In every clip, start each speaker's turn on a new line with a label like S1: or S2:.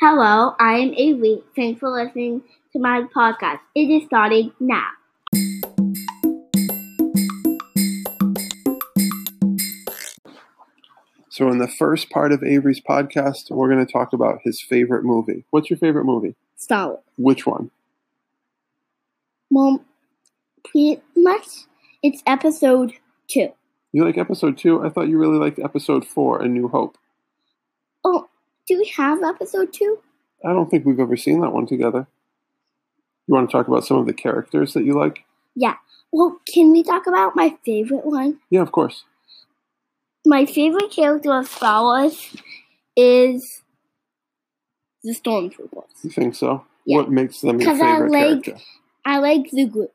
S1: Hello, I am Avery. Thanks for listening to my podcast. It is starting now.
S2: So, in the first part of Avery's podcast, we're going to talk about his favorite movie. What's your favorite movie?
S1: Star Wars.
S2: Which one?
S1: Well, pretty much it's episode two.
S2: You like episode two? I thought you really liked episode four, A New Hope.
S1: Oh, do we have episode two?
S2: I don't think we've ever seen that one together. You want to talk about some of the characters that you like?
S1: Well, can we talk about my favorite one?
S2: Yeah, of course.
S1: My favorite character of Star Wars is the Stormtroopers.
S2: You think so?
S1: Yeah.
S2: What makes them your
S1: 'Cause I
S2: favorite
S1: like-
S2: character?
S1: I like the group.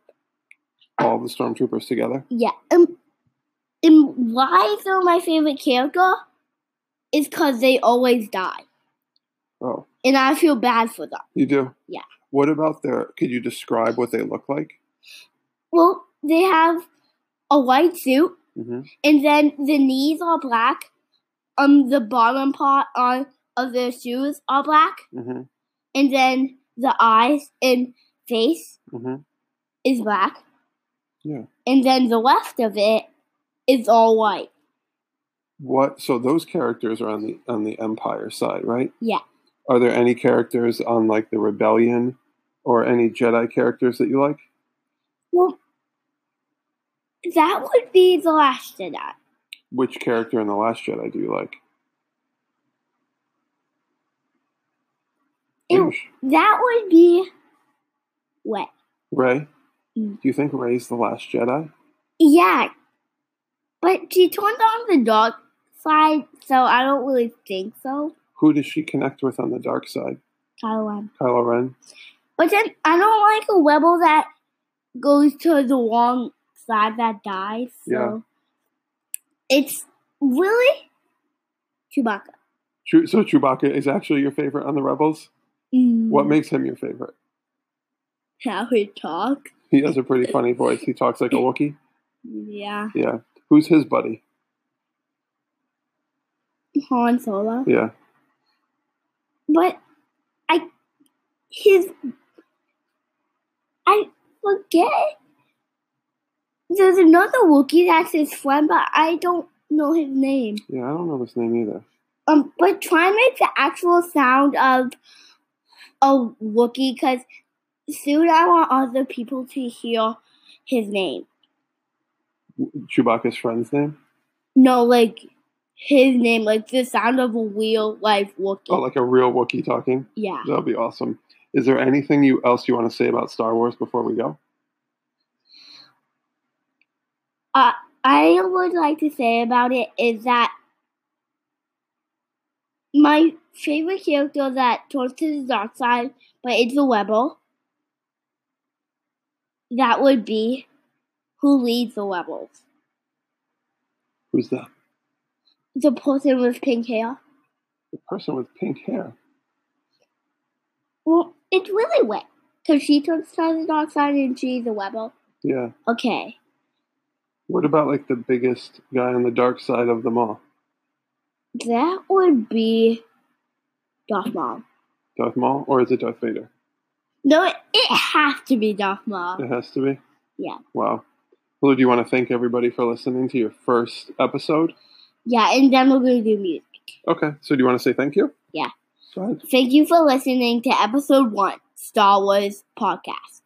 S2: All the stormtroopers together?
S1: Yeah. Um, and why they're my favorite character is because they always die.
S2: Oh,
S1: And I feel bad for them.
S2: you do?
S1: Yeah.
S2: What about their. Could you describe what they look like?
S1: Well, they have a white suit,
S2: hmm
S1: and then the knees are black. Um, the bottom part on of their shoes are black,
S2: hmm
S1: and then the eyes and face
S2: hmm
S1: is black.
S2: Yeah.
S1: And then the rest of it is all white.
S2: What? So those characters are on the on the Empire side, right?
S1: Yeah.
S2: Are there any characters on like the Rebellion or any Jedi characters that you like?
S1: Well, that would be the last of that.
S2: Which character in the Last Jedi do you like?
S1: Ew. That would be what?
S2: Ray.
S1: Mm.
S2: Do you think Ray's the Last Jedi?
S1: Yeah. But she turned on the dark side, so I don't really think so.
S2: Who does she connect with on the dark side?
S1: Kylo Ren.
S2: Kylo Ren.
S1: But then I don't like a rebel that goes to the wrong side that dies. So
S2: Yeah.
S1: it's really Chewbacca.
S2: Chew- So Chewbacca is actually your favorite on the Rebels. What
S1: Mm.
S2: makes him your favorite?
S1: how he talk?
S2: He has a pretty funny voice. He talks like a Wookiee.
S1: Yeah.
S2: Yeah. Who's his buddy?
S1: Han Solo.
S2: Yeah.
S1: But I his I forget there's another Wookiee that's his friend, but I don't know his name.
S2: Yeah, I don't know his name either.
S1: Um, but try and make the actual sound of a Wookiee, because soon I want other people to hear his name.
S2: Chewbacca's friend's name?
S1: No, like his name, like the sound of a real life Wookiee.
S2: Oh, like a real Wookiee talking?
S1: yeah.
S2: That would be awesome. Is there anything you else you want to say about Star Wars before we go?
S1: I would like to say about it is that my favorite character that turns to the dark side, but it's a rebel. That would be who leads the rebels.
S2: Who's that?
S1: The person with pink hair.
S2: The person with pink hair.
S1: Well, it's really wet because she turns to the dark side and she's a rebel.
S2: Yeah.
S1: Okay.
S2: What about like the biggest guy on the dark side of them all?
S1: That would be Darth Maul.
S2: Darth Maul, or is it Darth Vader?
S1: No, it, it has to be Darth Maul.
S2: It has to be.
S1: Yeah.
S2: Wow. Well, do you want to thank everybody for listening to your first episode?
S1: Yeah, and then we're going to do music.
S2: Okay. So do you want to say thank you?
S1: Yeah.
S2: Go ahead.
S1: Thank you for listening to episode one, Star Wars Podcast.